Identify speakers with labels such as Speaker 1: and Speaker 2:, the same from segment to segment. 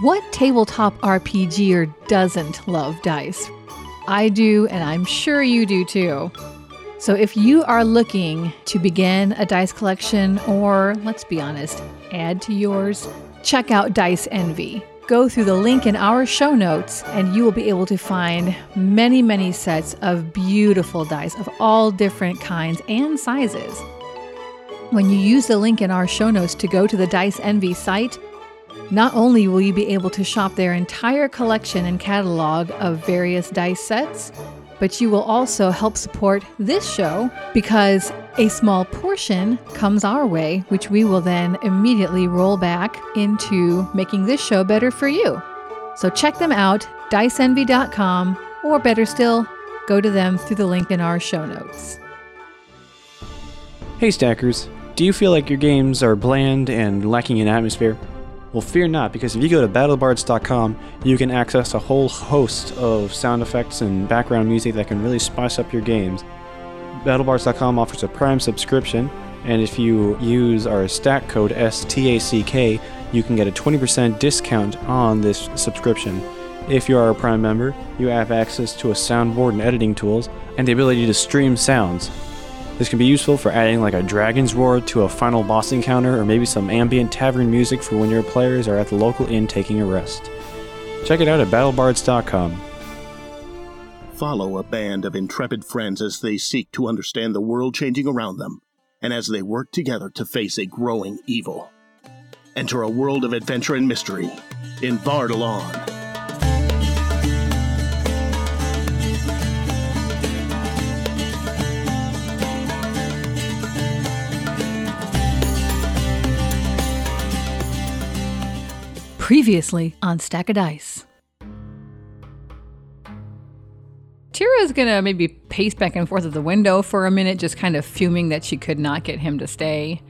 Speaker 1: What tabletop RPGer doesn't love dice? I do, and I'm sure you do too. So, if you are looking to begin a dice collection, or let's be honest, add to yours, check out Dice Envy. Go through the link in our show notes, and you will be able to find many, many sets of beautiful dice of all different kinds and sizes. When you use the link in our show notes to go to the Dice Envy site, not only will you be able to shop their entire collection and catalog of various dice sets, but you will also help support this show because a small portion comes our way, which we will then immediately roll back into making this show better for you. So check them out, diceenvy.com, or better still, go to them through the link in our show notes.
Speaker 2: Hey, Stackers. Do you feel like your games are bland and lacking in atmosphere? Well, fear not, because if you go to battlebards.com, you can access a whole host of sound effects and background music that can really spice up your games. Battlebards.com offers a Prime subscription, and if you use our stack code STACK, you can get a 20% discount on this subscription. If you are a Prime member, you have access to a soundboard and editing tools, and the ability to stream sounds. This can be useful for adding like a dragon's roar to a final boss encounter or maybe some ambient tavern music for when your players are at the local inn taking a rest. Check it out at battlebards.com.
Speaker 3: Follow a band of intrepid friends as they seek to understand the world changing around them and as they work together to face a growing evil. Enter a world of adventure and mystery in Bardalon.
Speaker 1: Previously on Stack of Dice. Tira's gonna maybe pace back and forth at the window for a minute, just kind of fuming that she could not get him to stay,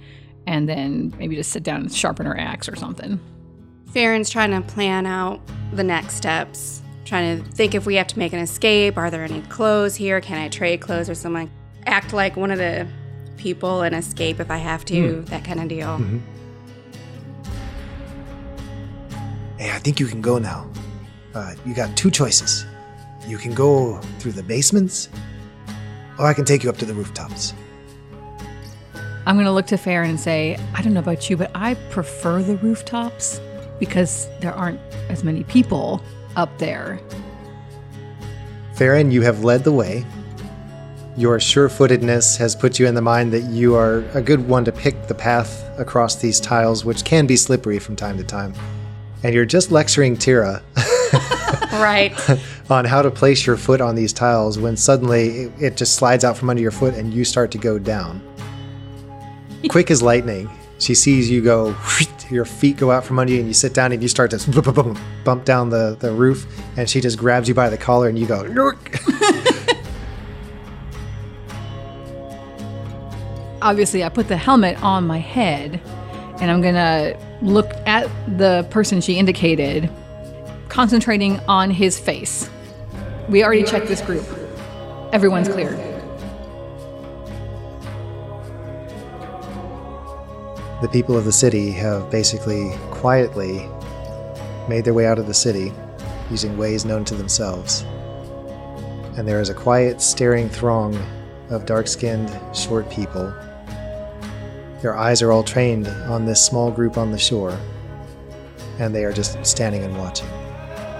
Speaker 1: and then maybe just sit down and sharpen her axe or something.
Speaker 4: Farron's trying to plan out the next steps, trying to think if we have to make an escape. Are there any clothes here? Can I trade clothes or something? Act like one of the people and escape if I have
Speaker 5: Hmm.
Speaker 4: to, that kind of deal.
Speaker 6: Hey, I think you can go now. Uh, you got two choices. You can go through the basements, or I can take you up to the rooftops.
Speaker 1: I'm gonna look to Farron and say, I don't know about you, but I prefer the rooftops because there aren't as many people up there.
Speaker 6: Farron, you have led the way. Your sure footedness has put you in the mind that you are a good one to pick the path across these tiles, which can be slippery from time to time. And you're just lecturing Tira
Speaker 5: Mm-hmm.
Speaker 4: Right.
Speaker 6: on how to place your foot on these tiles when suddenly it, it just slides out from under your foot and you start to go down. Quick as lightning, she sees you go, your feet go out from under you and you sit down and you start to bump, bump, bump, bump down the, the roof and she just grabs you by the collar and you go, "Yerk."
Speaker 1: obviously I put the helmet on my head and I'm gonna look at the person she indicated, concentrating on his face. We already checked this group. Everyone's clear.
Speaker 6: the people of the city have basically quietly made their way out of the city using ways known to themselves. And there is a quiet, staring throng of dark skinned, short people. Their eyes are all trained on this small group on the shore, and they are just standing and watching.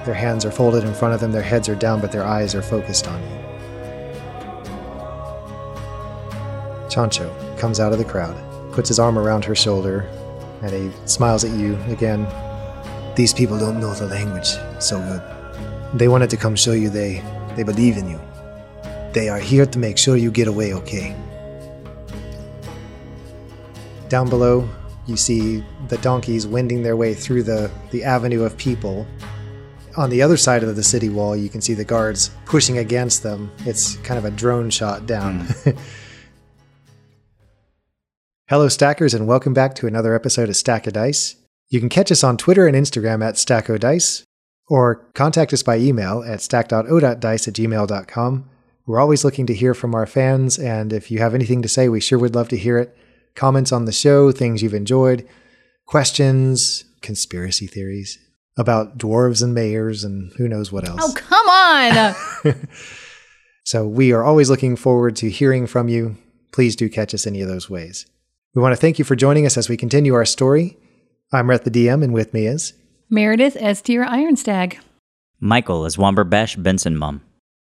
Speaker 6: Their hands are folded in front of them, their heads are down, but their eyes are focused on you. Chancho comes out of the crowd, puts his arm around her shoulder, and he smiles at you again. These people don't know the language so good. They wanted to come show you they they believe in you. They are here to make sure you get away okay. Down below, you see the donkeys wending their way through the, the avenue of people. On the other side of the city wall, you can see the guards pushing against them. It's kind of a drone shot down. Hello, Stackers, and welcome back to another episode of Stack of Dice. You can catch us on Twitter and Instagram at StackO'Dice, or contact us by email at stack.o.dice at gmail.com. We're always looking to hear from our fans, and if you have anything to say, we sure would love to hear it. Comments on the show, things you've enjoyed, questions, conspiracy theories. about dwarves and mayors and who knows what else.
Speaker 1: Oh, come on.
Speaker 6: So we are always looking forward to hearing from you. Please do catch us any of those ways. We want to thank you for joining us as we continue our story. I'm Rhett the DM, and with me is
Speaker 1: Meredith S. Dear Ironstag.
Speaker 5: Michael is Womberbesh Benson Mum.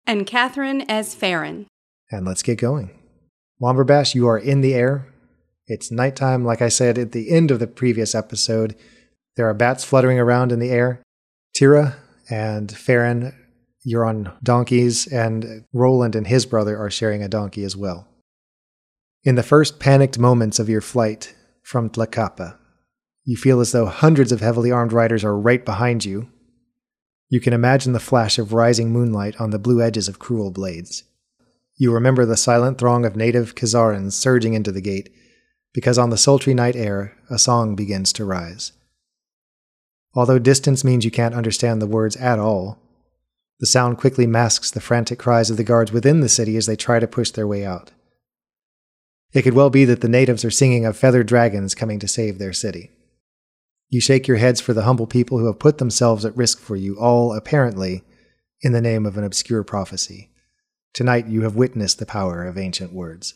Speaker 4: And Catherine as Farron.
Speaker 6: And let's get going. Womberbash, you are in the air. It's nighttime, like I said at the end of the previous episode. There are bats fluttering around in the air. Tira and Farron, you're on donkeys, and Roland and his brother are sharing a donkey as well. In the first panicked moments of your flight from Tlacapa, you feel as though hundreds of heavily armed riders are right behind you. You can imagine the flash of rising moonlight on the blue edges of cruel blades. You remember the silent throng of native Khazarans surging into the gate, because on the sultry night air, a song begins to rise. Although distance means you can't understand the words at all, the sound quickly masks the frantic cries of the guards within the city as they try to push their way out. It could well be that the natives are singing of feathered dragons coming to save their city. You shake your heads for the humble people who have put themselves at risk for you, all apparently in the name of an obscure prophecy. Tonight you have witnessed the power of ancient words.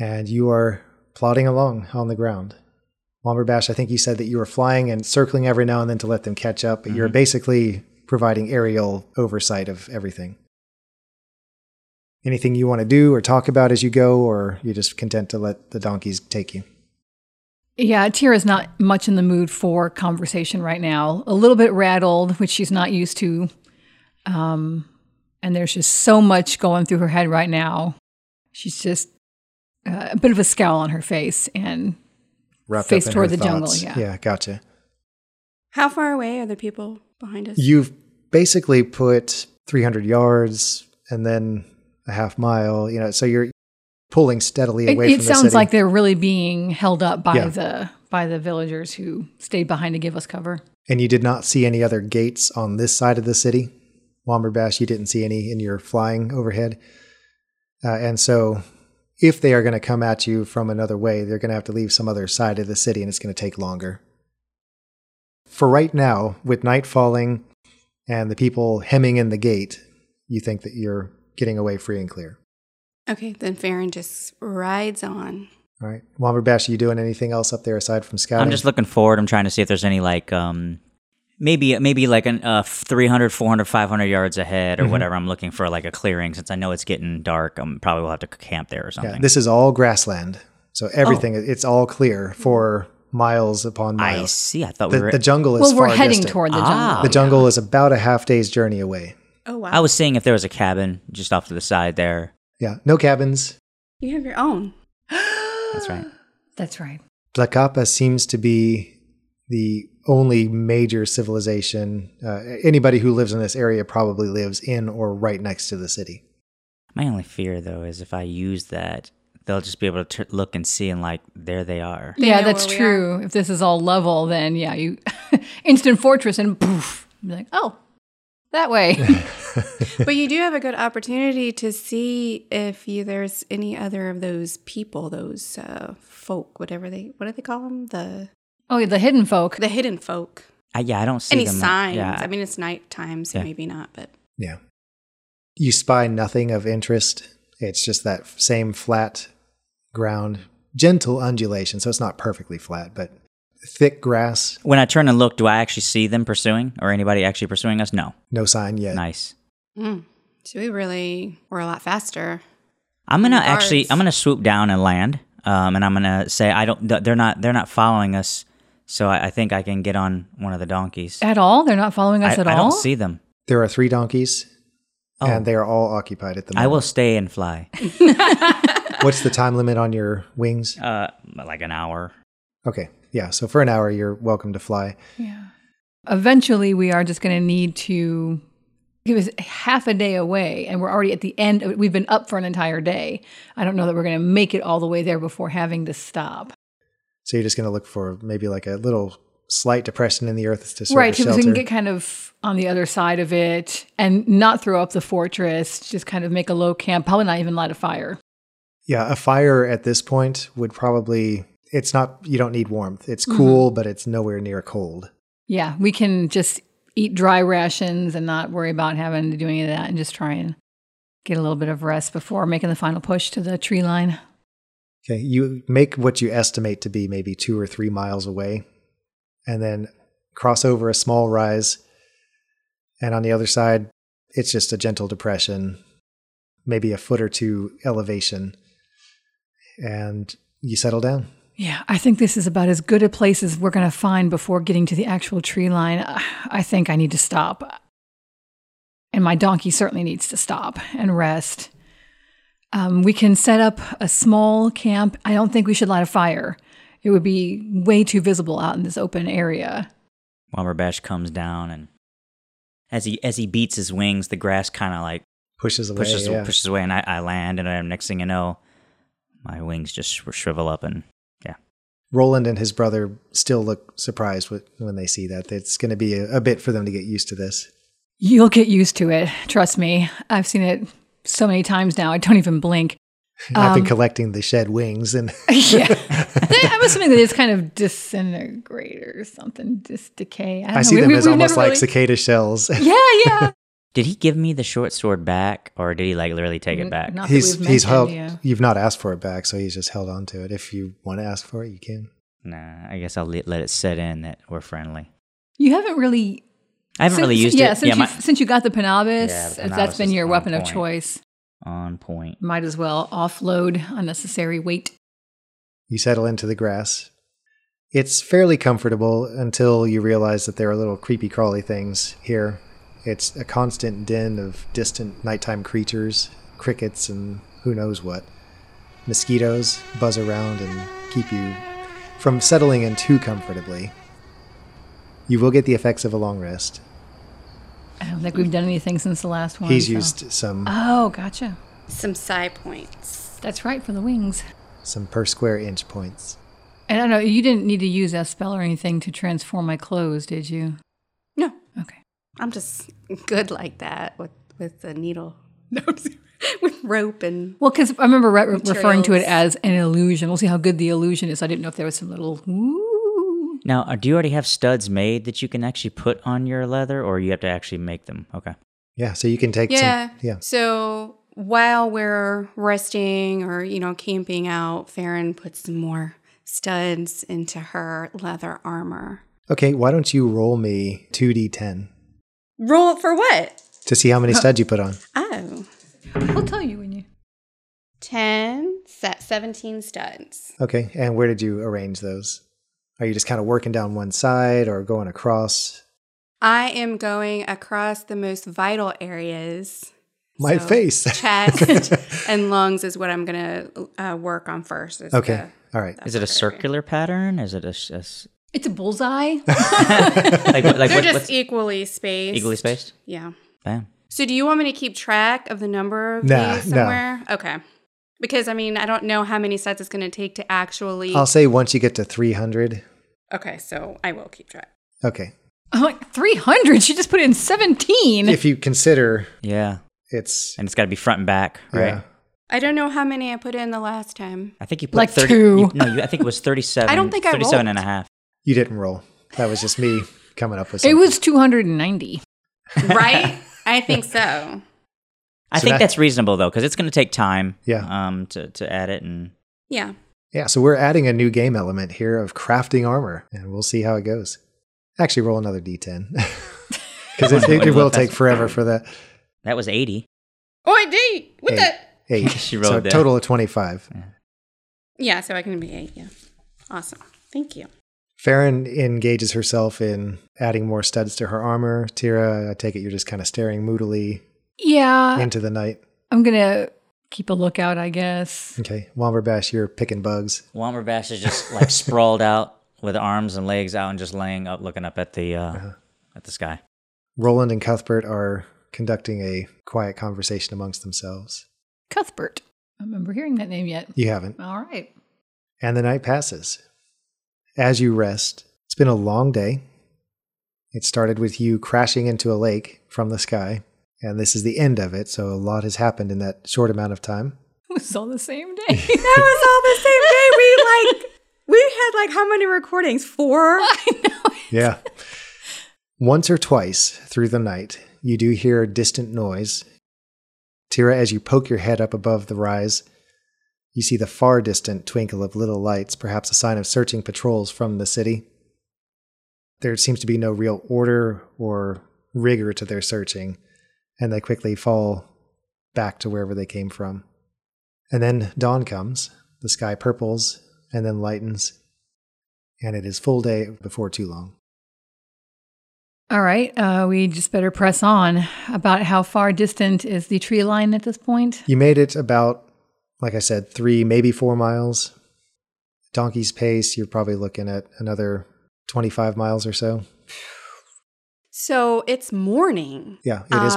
Speaker 6: And you are plodding along on the ground. Womberbash, I think you said that you were flying and circling every now and then to let them catch up, but you're basically providing aerial oversight of everything. Anything you want to do or talk about as you go, or you're just content to let the donkeys take you?
Speaker 1: Yeah, Tira's not much in the mood for conversation right now. A little bit rattled, which she's not used to. Um, and there's just so much going through her head right now. She's just uh, a bit of a scowl on her face. And
Speaker 6: Wrapped
Speaker 1: Face
Speaker 6: in
Speaker 1: toward
Speaker 6: her
Speaker 1: the jungle,
Speaker 6: thoughts.
Speaker 1: yeah.
Speaker 6: Yeah, gotcha.
Speaker 4: How far away are the people behind us?
Speaker 6: You've basically put 300 yards and then a half mile, you know, so you're pulling steadily
Speaker 1: it,
Speaker 6: away
Speaker 1: it
Speaker 6: from the
Speaker 1: sounds
Speaker 6: city.
Speaker 1: like they're really being held up by
Speaker 6: Yeah.
Speaker 1: the by the villagers who stayed behind to give us cover.
Speaker 6: and you did not see any other gates on this side of the city. Womberbash, you didn't see any in your flying overhead. Uh, and so, if they are going to come at you from another way, they're going to have to leave some other side of the city and it's going to take longer. For right now, with night falling and the people hemming in the gate, you think that you're getting away free and clear.
Speaker 4: Okay, then Farron just rides on.
Speaker 6: All right. Womberbash, are you doing anything else up there aside from scouting?
Speaker 5: I'm just looking forward. I'm trying to see if there's any like um maybe maybe like an uh 300, 400, 500 yards ahead
Speaker 6: Mm-hmm.
Speaker 5: or whatever. I'm looking for like a clearing since I know it's getting dark. I'm probably will have to camp there or something. Oh.
Speaker 6: Yeah, this is all grassland. So everything, it's all clear for miles upon
Speaker 5: I
Speaker 6: miles.
Speaker 5: see. I thought we
Speaker 6: The,
Speaker 5: were
Speaker 6: the jungle is
Speaker 1: well, we're
Speaker 6: far
Speaker 1: heading
Speaker 6: distant.
Speaker 1: toward the
Speaker 5: Ah.
Speaker 1: jungle.
Speaker 6: The jungle is about a half day's journey away.
Speaker 4: Oh, wow.
Speaker 5: I was seeing if there was a cabin just off to the side there.
Speaker 6: Yeah, no cabins.
Speaker 4: You have your own.
Speaker 5: That's right.
Speaker 1: That's right.
Speaker 6: Tlacapa seems to be the only major civilization. Uh, anybody who lives in this area probably lives in or right next to the city.
Speaker 5: My only fear though is if I use that, they'll just be able to t- look and see and like there they are.
Speaker 4: They
Speaker 1: yeah,
Speaker 4: know
Speaker 1: that's
Speaker 4: where we are.
Speaker 1: true. If this is all level, then yeah, you instant fortress and poof. You're like, oh, that way.
Speaker 4: but you do have a good opportunity to see if you, there's any other of those people, those uh, folk, whatever they, what do they call them? The
Speaker 1: oh, yeah, the hidden folk.
Speaker 4: the hidden folk.
Speaker 5: I, yeah, I don't see
Speaker 4: any
Speaker 5: them. uh,
Speaker 4: signs?
Speaker 5: Yeah,
Speaker 4: I mean, it's night time, so
Speaker 5: Yeah.
Speaker 4: maybe not. But
Speaker 6: Yeah. You spy nothing of interest. It's just that same flat ground, gentle undulation. So it's not perfectly flat, but thick grass,
Speaker 5: when I turn and look, do I actually see them pursuing or anybody actually pursuing us? No.
Speaker 6: no sign yet.
Speaker 5: Nice.
Speaker 4: mm, so we really were a lot faster.
Speaker 5: I'm gonna
Speaker 4: And
Speaker 5: actually,
Speaker 4: guards.
Speaker 5: I'm gonna swoop down and land, um, and I'm gonna say I don't. th- They're not. They're not following us, so I, I think I can get on one of the donkeys.
Speaker 1: At all? They're not following us
Speaker 5: I,
Speaker 1: at
Speaker 5: I
Speaker 1: all?
Speaker 5: don't see them.
Speaker 6: There are three donkeys,
Speaker 5: Oh,
Speaker 6: and they are all occupied at the
Speaker 5: I
Speaker 6: moment.
Speaker 5: will stay and fly,
Speaker 6: What's the time limit on your wings?
Speaker 5: uh, like an hour.
Speaker 6: Okay. Yeah. So for an hour, you're welcome to fly.
Speaker 1: Yeah. Eventually, we are just going to need to give us half a day away, and we're already at the end. Of, we've been up for an entire day. I don't know that we're going to make it all the way there before having to stop.
Speaker 6: So you're just going to look for maybe like a little slight depression in the earth to serve
Speaker 1: right,
Speaker 6: as
Speaker 1: so
Speaker 6: shelter.
Speaker 1: we can get kind of on the other side of it and not throw up the fortress, just kind of make a low camp, probably not even light a fire.
Speaker 6: yeah. A fire at this point would probably, it's not, you don't need warmth. It's cool, but it's nowhere near cold.
Speaker 1: Yeah, we can just eat dry rations and not worry about having to do any of that and just try and get a little bit of rest before making the final push to the tree line.
Speaker 6: Okay, you make what you estimate to be maybe two or three miles away, and then cross over a small rise. And on the other side, it's just a gentle depression, maybe a foot or two elevation. And you settle down.
Speaker 1: Yeah, I think this is about as good a place as we're going to find before getting to the actual tree line. I think I need to stop. And my donkey certainly needs to stop and rest. Um, we can set up a small camp. I don't think we should light a fire, it would be way too visible out in this open area.
Speaker 5: Womberbash comes down and as he as he beats his wings, the grass kind of like
Speaker 6: Pushes away.
Speaker 5: pushes
Speaker 6: yeah.
Speaker 5: pushes away, and I, I land, and I, next thing you know, my wings just shri- shrivel up, and
Speaker 6: Roland and his brother still look surprised wh- when they see that. It's going to be a, a bit for them to get used to this.
Speaker 1: You'll get used to it. Trust me. I've seen it so many times now. I don't even blink.
Speaker 6: I've been
Speaker 1: Um,
Speaker 6: collecting the shed wings and
Speaker 1: yeah. They- I'm assuming that it's kind of disintegrate or something, just decay. I, don't
Speaker 6: I
Speaker 1: know.
Speaker 6: see
Speaker 1: We-
Speaker 6: them
Speaker 1: we-
Speaker 6: as
Speaker 1: we've
Speaker 6: almost
Speaker 1: never
Speaker 6: like
Speaker 1: really-
Speaker 6: cicada shells.
Speaker 1: Yeah, yeah.
Speaker 5: did he give me the short sword back, or did he like literally take
Speaker 1: N-
Speaker 5: it back?
Speaker 1: not that
Speaker 6: he's
Speaker 1: we've
Speaker 6: he's held.
Speaker 1: mentioned, yeah.
Speaker 6: You've not asked for it back, so he's just held on to it. If you want to ask for it, you can.
Speaker 5: Nah, I guess I'll let, let it set in that we're friendly.
Speaker 1: You haven't really.
Speaker 5: I haven't
Speaker 1: since-
Speaker 5: really used
Speaker 1: yeah,
Speaker 5: it.
Speaker 1: Since
Speaker 5: yeah,
Speaker 1: you,
Speaker 5: my-
Speaker 1: since you got the Panabis, uh,
Speaker 5: Yeah, the
Speaker 1: that's
Speaker 5: Panabis
Speaker 1: been
Speaker 5: is
Speaker 1: your
Speaker 5: on
Speaker 1: weapon of
Speaker 5: point.
Speaker 1: choice.
Speaker 5: on point.
Speaker 1: Might as well offload unnecessary weight.
Speaker 6: You settle into the grass. It's fairly comfortable until you realize that there are little creepy crawly things here. It's a constant din of distant nighttime creatures, crickets, and who knows what. Mosquitoes buzz around and keep you from settling in too comfortably. You will get the effects of a long rest.
Speaker 1: I don't think we've done anything since the last one.
Speaker 6: He's
Speaker 1: so-
Speaker 6: used some
Speaker 1: Oh, gotcha.
Speaker 4: Some psi points.
Speaker 1: That's right for the wings.
Speaker 6: some per square inch points.
Speaker 1: And I don't know. You didn't need to use that spell or anything to transform my clothes, did you?
Speaker 4: No,
Speaker 1: Okay.
Speaker 4: I'm just good like that with with a needle. No, with rope and
Speaker 1: Well, because I remember re- referring to it
Speaker 4: Materials.
Speaker 1: as an illusion. We'll see how good the illusion is. I didn't know if there was some little. Ooh.
Speaker 5: Now, uh, do you already have studs made that you can actually put on your leather, or you have to actually make them? Okay.
Speaker 6: Yeah, so you can take
Speaker 4: yeah.
Speaker 6: some. Yeah.
Speaker 4: So while we're resting or you know camping out, Farron puts some more studs into her leather armor.
Speaker 6: Okay, why don't you roll me 2d10
Speaker 4: Roll for what?
Speaker 6: to see how many studs you put on?
Speaker 4: Oh.
Speaker 1: I'll tell you when you.
Speaker 4: 10, se- 17 studs.
Speaker 6: Okay, and where did you arrange those? Are you just kind of working down one side or going across?
Speaker 4: I am going across the most vital areas.
Speaker 6: My
Speaker 4: So
Speaker 6: face.
Speaker 4: chest, and lungs is what I'm going to uh, work on first. is
Speaker 6: Okay, all right.
Speaker 4: the-
Speaker 5: Is it a circular pattern? Is it a, s- a s-
Speaker 1: It's a bullseye.
Speaker 5: like what- like
Speaker 4: They're
Speaker 5: what,
Speaker 4: just e
Speaker 5: what's
Speaker 4: equally spaced.
Speaker 5: equally spaced?
Speaker 4: Yeah.
Speaker 5: Bam.
Speaker 4: So do you want me to keep track of the number of
Speaker 6: Nah,
Speaker 4: these
Speaker 6: no.
Speaker 4: somewhere? Okay. Because I mean, I don't know how many sets it's going to take to actually.
Speaker 6: I'll say once you get to 300.
Speaker 4: okay, so I will keep track.
Speaker 6: Okay.
Speaker 1: I'm like, 300? She just put in 17.
Speaker 6: If you consider
Speaker 5: Yeah,
Speaker 6: it's
Speaker 5: and it's got to be front and back, right?
Speaker 6: yeah.
Speaker 4: I don't know how many I put in the last time.
Speaker 5: I think you put
Speaker 1: Like
Speaker 5: 30,
Speaker 1: two.
Speaker 5: you- no, you, I think it was 37.
Speaker 4: I don't think I
Speaker 5: 37
Speaker 4: rolled.
Speaker 5: and a half.
Speaker 6: You didn't roll. That was just me coming up with
Speaker 1: it
Speaker 6: something.
Speaker 1: was 290.
Speaker 4: right? I think so.
Speaker 5: I
Speaker 6: So
Speaker 5: think
Speaker 6: that-
Speaker 5: that's reasonable though, because it's going to take time.
Speaker 6: Yeah.
Speaker 5: Um, to, to add it and
Speaker 4: Yeah.
Speaker 6: Yeah, so we're adding a new game element here of crafting armor, and we'll see how it goes. Actually, roll another d10. Because it, it, will take forever for that.
Speaker 5: that was 80.
Speaker 4: Oh, I did. What
Speaker 6: Eight.
Speaker 4: the?
Speaker 6: Eight.
Speaker 5: She
Speaker 6: so
Speaker 5: rolled that.
Speaker 6: total of 25.
Speaker 4: Yeah, so I can be eight. Yeah. Awesome. Thank you.
Speaker 6: Farron engages herself in adding more studs to her armor. Tira, I take it you're just kind of staring moodily
Speaker 1: Yeah.
Speaker 6: into the night.
Speaker 1: I'm going to keep a lookout, I guess.
Speaker 6: Okay, Womberbash, you're picking bugs.
Speaker 5: Womber Bash is just like sprawled out with arms and legs out and just laying up, looking up at the uh,
Speaker 6: Uh-huh.
Speaker 5: at the sky.
Speaker 6: Roland and Cuthbert are conducting a quiet conversation amongst themselves.
Speaker 1: Cuthbert. I don't remember hearing that name yet.
Speaker 6: You haven't.
Speaker 1: All right.
Speaker 6: And the night passes. As you rest, it's been a long day. It started with you crashing into a lake from the sky, and this is the end of it, so a lot has happened in that short amount of time.
Speaker 1: It was all the same day.
Speaker 4: That was all the same day. We like we had like how many recordings? Four.
Speaker 6: Yeah. Once or twice through the night, you do hear a distant noise. Tira, as you poke your head up above the rise, you see the far distant twinkle of little lights, perhaps a sign of searching patrols from the city. There seems to be no real order or rigor to their searching, and they quickly fall back to wherever they came from. And then dawn comes, the sky purples and then lightens, and it is full day before too long.
Speaker 1: All right, uh, we just better press on. About how far distant is the tree line at this point?
Speaker 6: You made it about, like I said, three, maybe four miles. Donkey's pace, you're probably looking at another 25 miles or so.
Speaker 4: So it's morning.
Speaker 6: Yeah, it is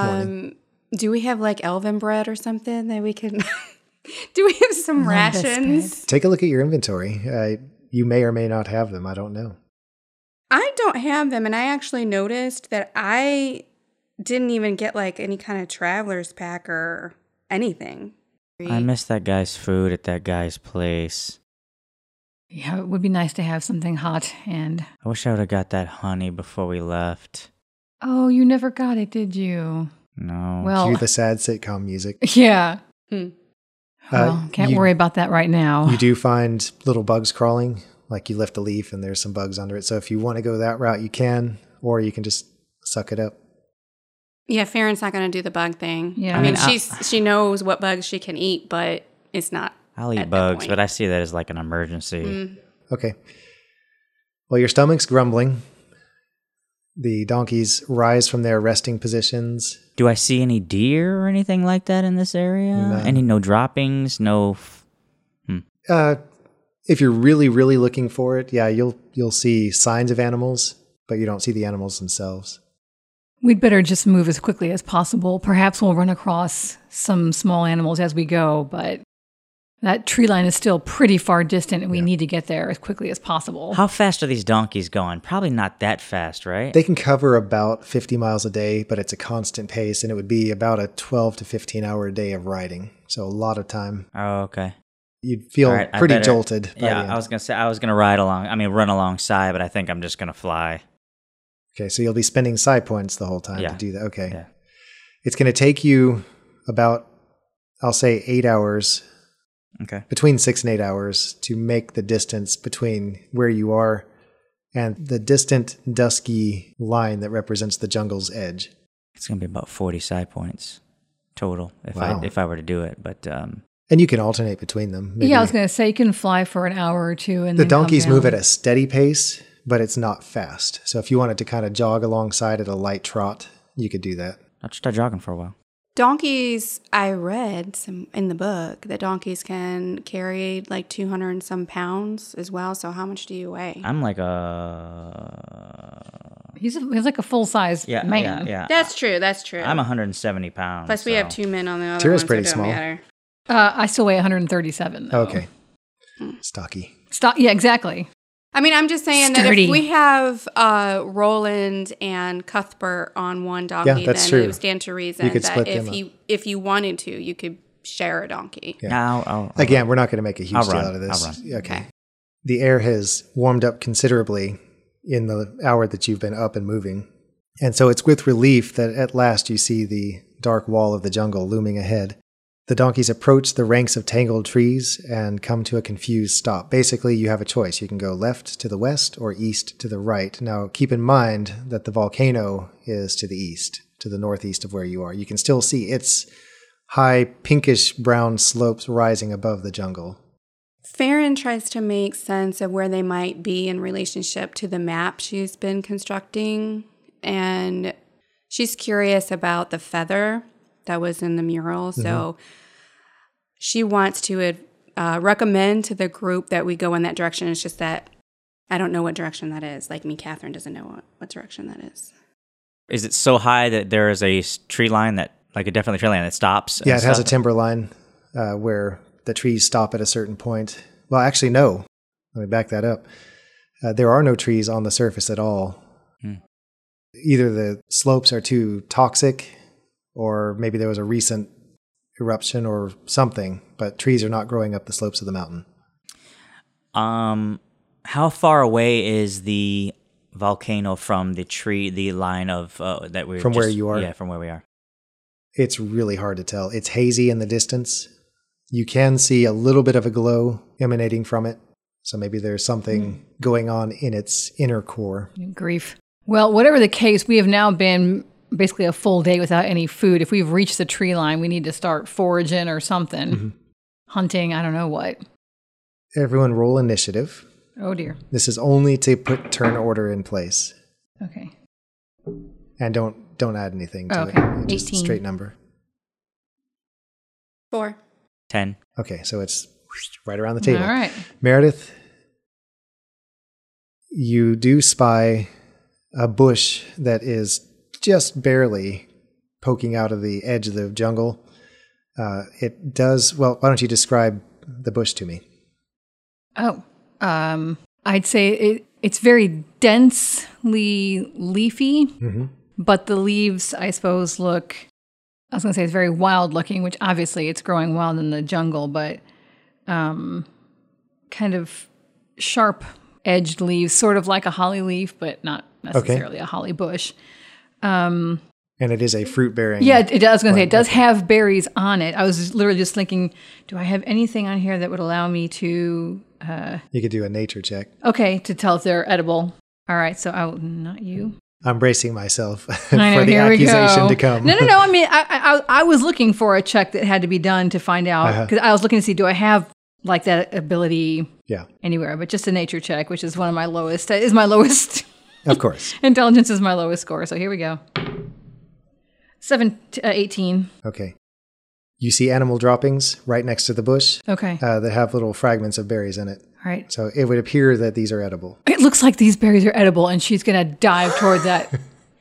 Speaker 4: Um,
Speaker 6: morning.
Speaker 4: do we have like elven bread or something that we can? do we have some
Speaker 1: Lambus
Speaker 4: rations?
Speaker 6: Take a look at your inventory. Uh, you may or may not have them. I don't know.
Speaker 4: I don't have them, and I actually noticed that I didn't even get like any kind of traveler's pack or anything.
Speaker 5: I miss that guy's food at that guy's place.
Speaker 1: Yeah, it would be nice to have something hot and.
Speaker 5: I wish I would have got that honey before we left.
Speaker 1: Oh, you never got it, did you?
Speaker 5: No.
Speaker 1: Well,
Speaker 6: Cue the sad sitcom music.
Speaker 1: yeah.
Speaker 4: Hmm.
Speaker 1: Well, can't
Speaker 6: Uh, you-
Speaker 1: worry about that right now.
Speaker 6: You do find little bugs crawling, like you lift a leaf and there's some bugs under it. So if you want to go that route, you can, or you can just suck it up.
Speaker 4: Yeah, Farron's not gonna do the bug thing.
Speaker 1: Yeah.
Speaker 4: I mean,
Speaker 5: I mean,
Speaker 4: she's she knows what bugs she can eat, but it's not.
Speaker 5: I'll eat
Speaker 4: at that
Speaker 5: bugs,
Speaker 4: point.
Speaker 5: but I see that as like an emergency.
Speaker 4: Mm.
Speaker 6: Okay. Well, your stomach's grumbling. The donkeys rise from their resting positions.
Speaker 5: Do I see any deer or anything like that in this area?
Speaker 6: No.
Speaker 5: Any no droppings? No. F-
Speaker 6: Uh, if you're really, really looking for it, yeah, you'll you'll see signs of animals, but you don't see the animals themselves.
Speaker 1: We'd better just move as quickly as possible. Perhaps we'll run across some small animals as we go, but that tree line is still pretty far distant and we need to get there as quickly as possible.
Speaker 5: How fast are these donkeys going? Probably not that fast, right?
Speaker 6: They can cover about 50 miles a day, but it's a constant pace, and it would be about a 12 to 15 hour a day of riding. So a lot of time.
Speaker 5: oh, okay.
Speaker 6: You'd feel
Speaker 5: All right, I
Speaker 6: pretty
Speaker 5: better-
Speaker 6: jolted. By the
Speaker 5: Yeah,
Speaker 6: end.
Speaker 5: I was gonna say I was gonna ride along. I mean, run alongside, but I think I'm just gonna fly.
Speaker 6: Okay, so you'll be spending side points the whole time
Speaker 5: Yeah.
Speaker 6: to do that. Okay.
Speaker 5: Yeah.
Speaker 6: It's going to take you about, I'll say, eight hours,
Speaker 5: Okay.
Speaker 6: between six and eight hours, to make the distance between where you are and the distant dusky line that represents the jungle's edge.
Speaker 5: It's gonna be about 40 side points total if
Speaker 6: Wow.
Speaker 5: I if I were to do it. But um,
Speaker 6: And you can alternate between them. Maybe
Speaker 1: Yeah, I was going to say you can fly for an hour or two and
Speaker 6: the
Speaker 1: then come
Speaker 6: donkeys move
Speaker 1: down.
Speaker 6: at a steady pace, but it's not fast. So if you wanted to kind of jog alongside at a light trot, you could do that.
Speaker 5: I'll just start jogging for a while.
Speaker 4: Donkeys, I read some in the book that donkeys can carry like 200 and some pounds as well. So, how much do you weigh?
Speaker 5: I'm like a
Speaker 1: He's, he's like a full size
Speaker 5: yeah yeah
Speaker 1: man.
Speaker 5: yeah.
Speaker 4: that's true. That's true.
Speaker 5: I'm 170 pounds.
Speaker 4: Plus, we have
Speaker 5: so-
Speaker 4: two men on the other. one,
Speaker 6: Tira's
Speaker 4: so it
Speaker 6: pretty
Speaker 4: don't
Speaker 6: small.
Speaker 4: matter.
Speaker 1: Uh, I still weigh 137. Though.
Speaker 6: Okay.
Speaker 1: Hmm.
Speaker 6: Stocky.
Speaker 1: Stop. Yeah, exactly.
Speaker 4: I mean, I'm just saying that
Speaker 1: Sturdy.
Speaker 4: if we have uh, Roland and Cuthbert on one donkey,
Speaker 6: that's
Speaker 4: then it
Speaker 6: true.
Speaker 4: would stand to reason
Speaker 6: could
Speaker 4: that
Speaker 6: split
Speaker 4: if
Speaker 6: them
Speaker 4: you if you wanted to, you could share a donkey.
Speaker 6: Yeah.
Speaker 5: Now I'll- I'll-
Speaker 6: Again, we're not going to make a huge
Speaker 5: I'll
Speaker 6: deal
Speaker 5: run.
Speaker 6: out of this.
Speaker 5: I'll run.
Speaker 6: Okay.
Speaker 4: Okay.
Speaker 6: The air has warmed up considerably in the hour that you've been up and moving. And so it's with relief that at last you see the dark wall of the jungle looming ahead. The donkeys approach the ranks of tangled trees and come to a confused stop. Basically, you have a choice. You can go left to the west or east to the right. Now, keep in mind that the volcano is to the east, to the northeast of where you are. You can still see its high pinkish brown slopes rising above the jungle.
Speaker 4: Farron tries to make sense of where they might be in relationship to the map she's been constructing, and she's curious about the feather that was in the mural. So she wants to uh, recommend to the group that we go in that direction. It's just that I don't know what direction that is. Like me, Catherine doesn't know what, what direction that is.
Speaker 5: Is it so high that there is a s- tree line that like a definitely tree line that stops? and
Speaker 6: Yeah, it has a
Speaker 5: stuff?
Speaker 6: timber line uh, where the trees stop at a certain point. Well, actually, no. Let me back that up. Uh, there are no trees on the surface at all.
Speaker 5: Hmm.
Speaker 6: Either the slopes are too toxic, or maybe there was a recent eruption or something, but trees are not growing up the slopes of the mountain.
Speaker 5: Um, how far away is the volcano from the tree, the line of uh, that we
Speaker 6: From where
Speaker 5: just-
Speaker 6: you are?
Speaker 5: Yeah, from where we are.
Speaker 6: It's really hard to tell. It's hazy in the distance. You can see a little bit of a glow emanating from it. So maybe there's something
Speaker 5: Hmm.
Speaker 6: going on in its inner core.
Speaker 1: Grief. Well, whatever the case, we have now been basically a full day without any food. If we've reached the tree line, we need to start foraging or something, hunting. I don't know what.
Speaker 6: Everyone roll initiative.
Speaker 1: Oh dear.
Speaker 6: This is only to put turn order in place.
Speaker 1: Okay.
Speaker 6: And don't don't add anything to
Speaker 1: Oh,
Speaker 6: it.
Speaker 1: okay.
Speaker 6: It's Just a
Speaker 1: 18.
Speaker 6: straight number.
Speaker 4: Four.
Speaker 5: Ten.
Speaker 6: Okay, so it's right around the table.
Speaker 1: All right.
Speaker 6: Meredith, you do spy a bush that is just barely poking out of the edge of the jungle. Uh, it does. Well, why don't you describe the bush to me?
Speaker 1: Oh, um, I'd say it, it's very densely leafy,
Speaker 6: Mhm.
Speaker 1: but the leaves, I suppose, look. I was going to say it's very wild looking, which obviously it's growing wild in the jungle, but um, kind of sharp edged leaves, sort of like a holly leaf, but not necessarily a holly bush. Um,
Speaker 6: And it is a fruit bearing.
Speaker 1: yeah, it, it, I was going to say
Speaker 6: Right,
Speaker 1: it does have berries on it. I was literally just thinking, do I have anything on here that would allow me to
Speaker 6: You could do a nature check.
Speaker 1: Okay, to tell if they're edible. All right, so I will not you.
Speaker 6: I'm bracing myself for
Speaker 1: I know,
Speaker 6: the
Speaker 1: here we
Speaker 6: accusation
Speaker 1: go.
Speaker 6: to come.
Speaker 1: No, no, no. I mean, I, I, I- I was looking for a check that had to be done to find out
Speaker 6: Uh-huh.
Speaker 1: because I was looking to see do I have like that ability
Speaker 6: yeah,
Speaker 1: anywhere, but just a nature check, which is one of my lowest. Is my lowest
Speaker 6: of course.
Speaker 1: intelligence is my lowest score. So here we go. Seven, uh, 18.
Speaker 6: Okay. You see animal droppings right next to the bush
Speaker 1: Okay.
Speaker 6: uh, that have little fragments of berries in it.
Speaker 1: All right.
Speaker 6: So it would appear that these are edible.
Speaker 1: It looks like these berries are edible, and she's gonna dive toward that.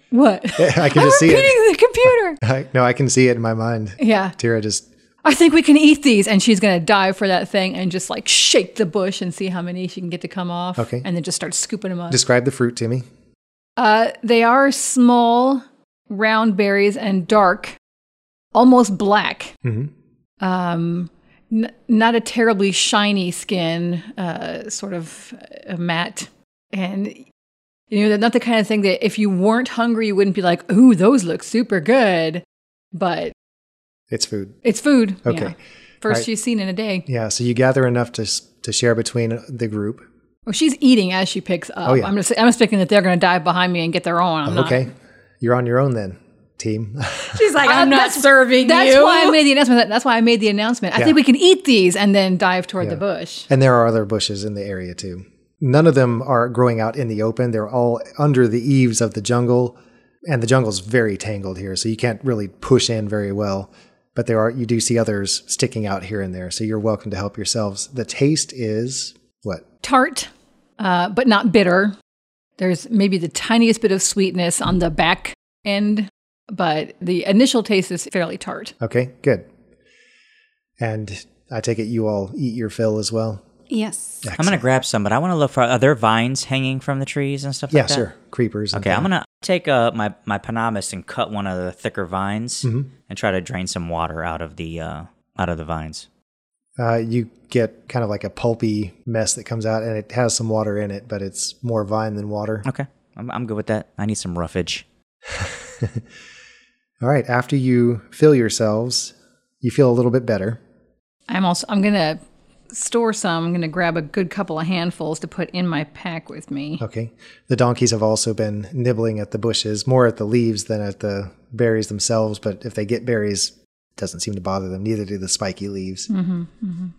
Speaker 1: what?
Speaker 6: I can
Speaker 1: I'm
Speaker 6: just see
Speaker 1: repeating
Speaker 6: it.
Speaker 1: the computer.
Speaker 6: I, no, I can see it in my mind.
Speaker 1: Yeah.
Speaker 6: Tira just
Speaker 1: I think we can eat these. And she's going to dive for that thing and just like shake the bush and see how many she can get to come off.
Speaker 6: Okay.
Speaker 1: And then just start scooping them up.
Speaker 6: describe the fruit to me.
Speaker 1: uh, they are small, round berries and dark, almost black.
Speaker 6: Mhm.
Speaker 1: Um, n- not a terribly shiny skin, uh, sort of a matte. And, you know, they're not the kind of thing that if you weren't hungry, you wouldn't be like, ooh, those look super good. But
Speaker 6: It's food.
Speaker 1: it's food.
Speaker 6: Okay.
Speaker 1: Yeah. First
Speaker 6: Alright.
Speaker 1: she's seen in a day.
Speaker 6: Yeah. So you gather enough to s- to share between the group.
Speaker 1: Well, she's eating as she picks up.
Speaker 6: Oh, yeah.
Speaker 1: I'm just, I'm expecting that they're going to dive behind me and get their own. I'm
Speaker 6: okay. You're on your own then, team.
Speaker 4: She's like,
Speaker 1: I'm
Speaker 4: I'm, not
Speaker 1: Ah, Uh, that's-
Speaker 4: serving
Speaker 1: Not. That's
Speaker 4: you.
Speaker 1: why I made the announcement. That's why I made the announcement. I
Speaker 6: Yeah.
Speaker 1: think we can eat these and then dive toward the bush.
Speaker 6: and there are other bushes in the area too. None of them are growing out in the open. They're all under the eaves of the jungle, and the jungle's very tangled here, so you can't really push in very well. But there are you do see others sticking out here and there, so you're welcome to help yourselves. The taste is what?
Speaker 1: Tart, uh, but not bitter. There's maybe the tiniest bit of sweetness on the back end, but the initial taste is fairly tart.
Speaker 6: Okay, good. And I take it you all eat your fill as well.
Speaker 4: Yes.
Speaker 5: I'm gonna grab some, but I want to look for are there vines hanging from the trees and stuff
Speaker 6: Yeah,
Speaker 5: like that.
Speaker 6: sure. Creepers. and
Speaker 5: Okay, I'm
Speaker 6: things.
Speaker 5: gonna take uh, my my panamis and cut one of the thicker vines
Speaker 6: Mm-hmm.
Speaker 5: and try to drain some water out of the uh, out of the vines.
Speaker 6: Uh, you get kind of like a pulpy mess that comes out, and it has some water in it, but it's more vine than water.
Speaker 5: Okay, I'm, I'm good with that. I need some roughage.
Speaker 6: All right. After you fill yourselves, you feel a little bit better.
Speaker 1: I'm also I'm going to store some. I'm going to grab a good couple of handfuls to put in my pack with me.
Speaker 6: Okay. The donkeys have also been nibbling at the bushes, more at the leaves than at the berries themselves. But if they get berries, it doesn't seem to bother them. Neither do the spiky leaves.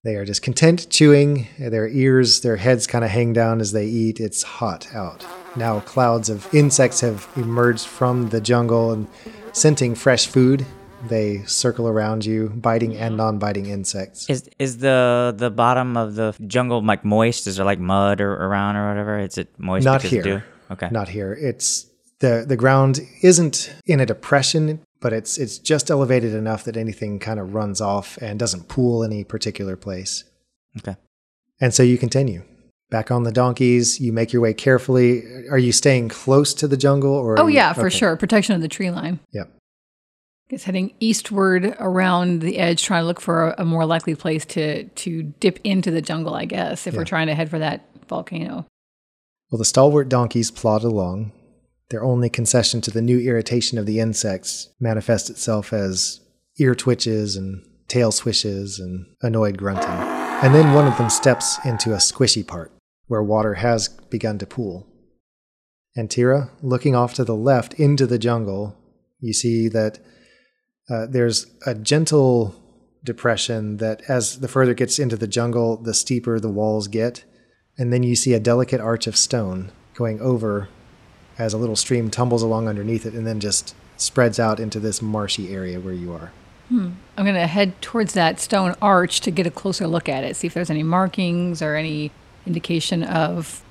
Speaker 6: They are just content chewing. Their ears, their heads kind of hang down as they eat. It's hot out. Now clouds of insects have emerged from the jungle and scenting fresh food. They circle around you, biting and non-biting insects.
Speaker 5: Is is the the bottom of the jungle like moist? Is there like mud or around or whatever? Is it moist?
Speaker 6: Not
Speaker 5: because of
Speaker 6: here.
Speaker 5: dew? Okay.
Speaker 6: not here. It's the the ground isn't in a depression, but it's it's just elevated enough that anything kind of runs off and doesn't pool any particular place.
Speaker 5: Okay.
Speaker 6: And so you continue. Back on the donkeys, you make your way carefully. Are you staying close to the jungle or
Speaker 1: Oh
Speaker 6: are you-
Speaker 1: yeah, for
Speaker 6: okay.
Speaker 1: sure. Protection of the tree line.
Speaker 6: Yep.
Speaker 1: It's heading eastward around the edge, trying to look for a, a more likely place to to dip into the jungle. I guess if we're
Speaker 6: Yeah.
Speaker 1: trying to head for that volcano.
Speaker 6: Well, the stalwart donkeys plod along. Their only concession to the new irritation of the insects manifests itself as ear twitches and tail swishes and annoyed grunting. And then one of them steps into a squishy part where water has begun to pool. And Tira, looking off to the left into the jungle, you see that uh, there's a gentle depression that as the further it gets into the jungle, the steeper the walls get. And then you see a delicate arch of stone going over as a little stream tumbles along underneath it and then just spreads out into this marshy area where you are.
Speaker 1: I'm going to head towards that stone arch to get a closer look at it, see if there's any markings or any indication of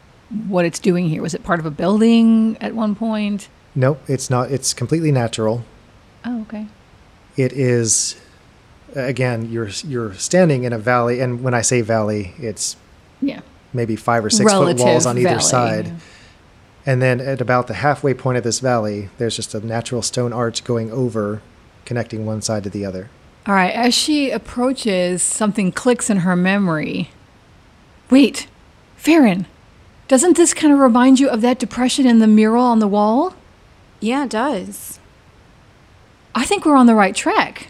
Speaker 1: what it's doing here. Was it part of a building at one point?
Speaker 6: Nope, it's not. It's completely natural.
Speaker 1: Oh, okay.
Speaker 6: it is again you're you're standing in a valley and when i say valley it's
Speaker 1: Yeah.
Speaker 6: maybe five or six
Speaker 1: Relative
Speaker 6: foot walls on either
Speaker 1: valley,
Speaker 6: side
Speaker 1: yeah.
Speaker 6: and then at about the halfway point of this valley there's just a natural stone arch going over connecting one side to the other
Speaker 1: All right. As she approaches, something clicks in her memory. Wait, Farron, doesn't this kind of remind you of that depression in the mural on the wall?
Speaker 4: Yeah, it does.
Speaker 1: I think we're on the right track.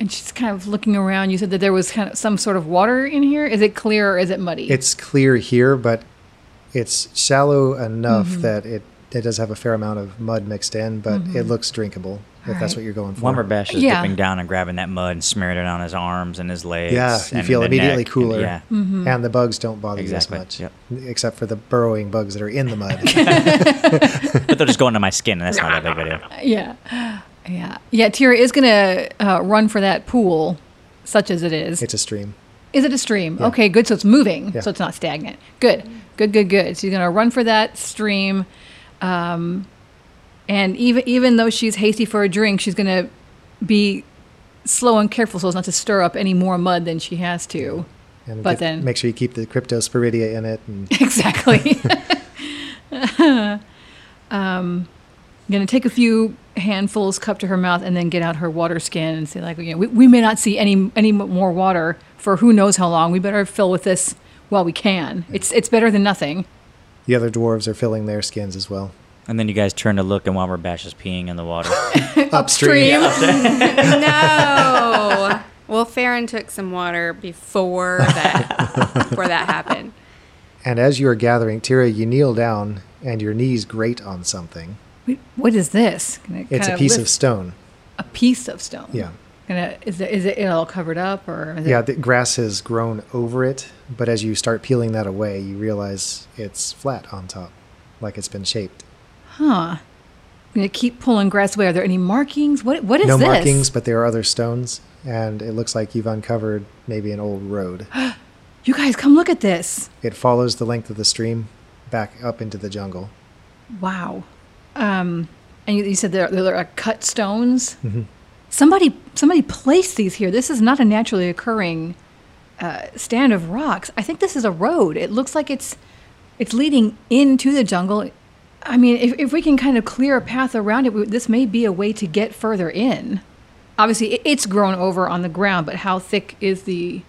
Speaker 1: And she's kind of looking around. You said that there was kind of some sort of water in here. Is it clear or is it muddy?
Speaker 6: it's clear here but it's shallow enough
Speaker 1: Mm-hmm.
Speaker 6: that it it does have a fair amount of mud mixed in but it looks drinkable if
Speaker 1: Mm-hmm.
Speaker 6: that's
Speaker 1: right.
Speaker 6: what you're going for
Speaker 5: Lumberbash is
Speaker 1: Yeah.
Speaker 5: dipping down and grabbing that mud and smearing it on his arms and his legs.
Speaker 6: Yeah, you
Speaker 5: and
Speaker 6: feel
Speaker 5: the
Speaker 6: immediately
Speaker 5: neck, and-
Speaker 6: cooler.
Speaker 5: yeah.
Speaker 1: Mm-hmm.
Speaker 6: And the bugs don't bother
Speaker 5: Exactly,
Speaker 6: you as much.
Speaker 5: yep.
Speaker 6: Except for the burrowing bugs that are in the mud.
Speaker 5: But they'll just go into my skin, and that's not that big of a deal.
Speaker 1: Uh, yeah. Yeah. Yeah. Tira is going to uh, run for that pool, such as it is.
Speaker 6: it's a stream.
Speaker 1: Is it a stream? Okay, good. So it's moving, so it's not stagnant. Good, good, good, good. She's gonna run for that stream, um, and even even though she's hasty for a drink, she's gonna be slow and careful so as not to stir up any more mud than she has to.
Speaker 6: And
Speaker 1: But
Speaker 6: get-
Speaker 1: then-
Speaker 6: make sure you keep the cryptosporidia in it. And
Speaker 1: Exactly. um, gonna take a few handfuls, cup to her mouth, and then get out her water skin and say, like, you know, we, we may not see any any m- more water for who knows how long. We better fill with this while we can. It's it's better than nothing.
Speaker 6: the other dwarves are filling their skins as well.
Speaker 5: And then you guys turn to look, and Lumberbash is peeing in the water.
Speaker 6: Upstream.
Speaker 4: No. well, Farron took some water before that before that happened.
Speaker 6: And as you are gathering, Tira, you kneel down and your knees grate on something.
Speaker 1: Wait, what is this? Gonna
Speaker 6: It's a
Speaker 1: kinda
Speaker 6: piece of
Speaker 1: lift
Speaker 6: stone.
Speaker 1: a piece of stone.
Speaker 6: Yeah.
Speaker 1: Gonna is it, is it all covered up or is
Speaker 6: Yeah,
Speaker 1: It,
Speaker 6: the grass has grown over it, but as you start peeling that away, you realize it's flat on top, like it's been shaped.
Speaker 1: I'm gonna keep pulling grass away. Are there any markings? What what is
Speaker 6: no
Speaker 1: this?
Speaker 6: markings, but there are other stones, and it looks like you've uncovered maybe an old road.
Speaker 1: You guys come look at this.
Speaker 6: it follows the length of the stream back up into the jungle.
Speaker 1: Wow. Um, and you, you said there there are cut stones.
Speaker 6: Mm-hmm.
Speaker 1: Somebody somebody placed these here. This is not a naturally occurring uh, stand of rocks. I think this is a road. It looks like it's it's leading into the jungle. I mean, if, if we can kind of clear a path around it, we, this may be a way to get further in. Obviously, it, it's grown over on the ground, but how thick is the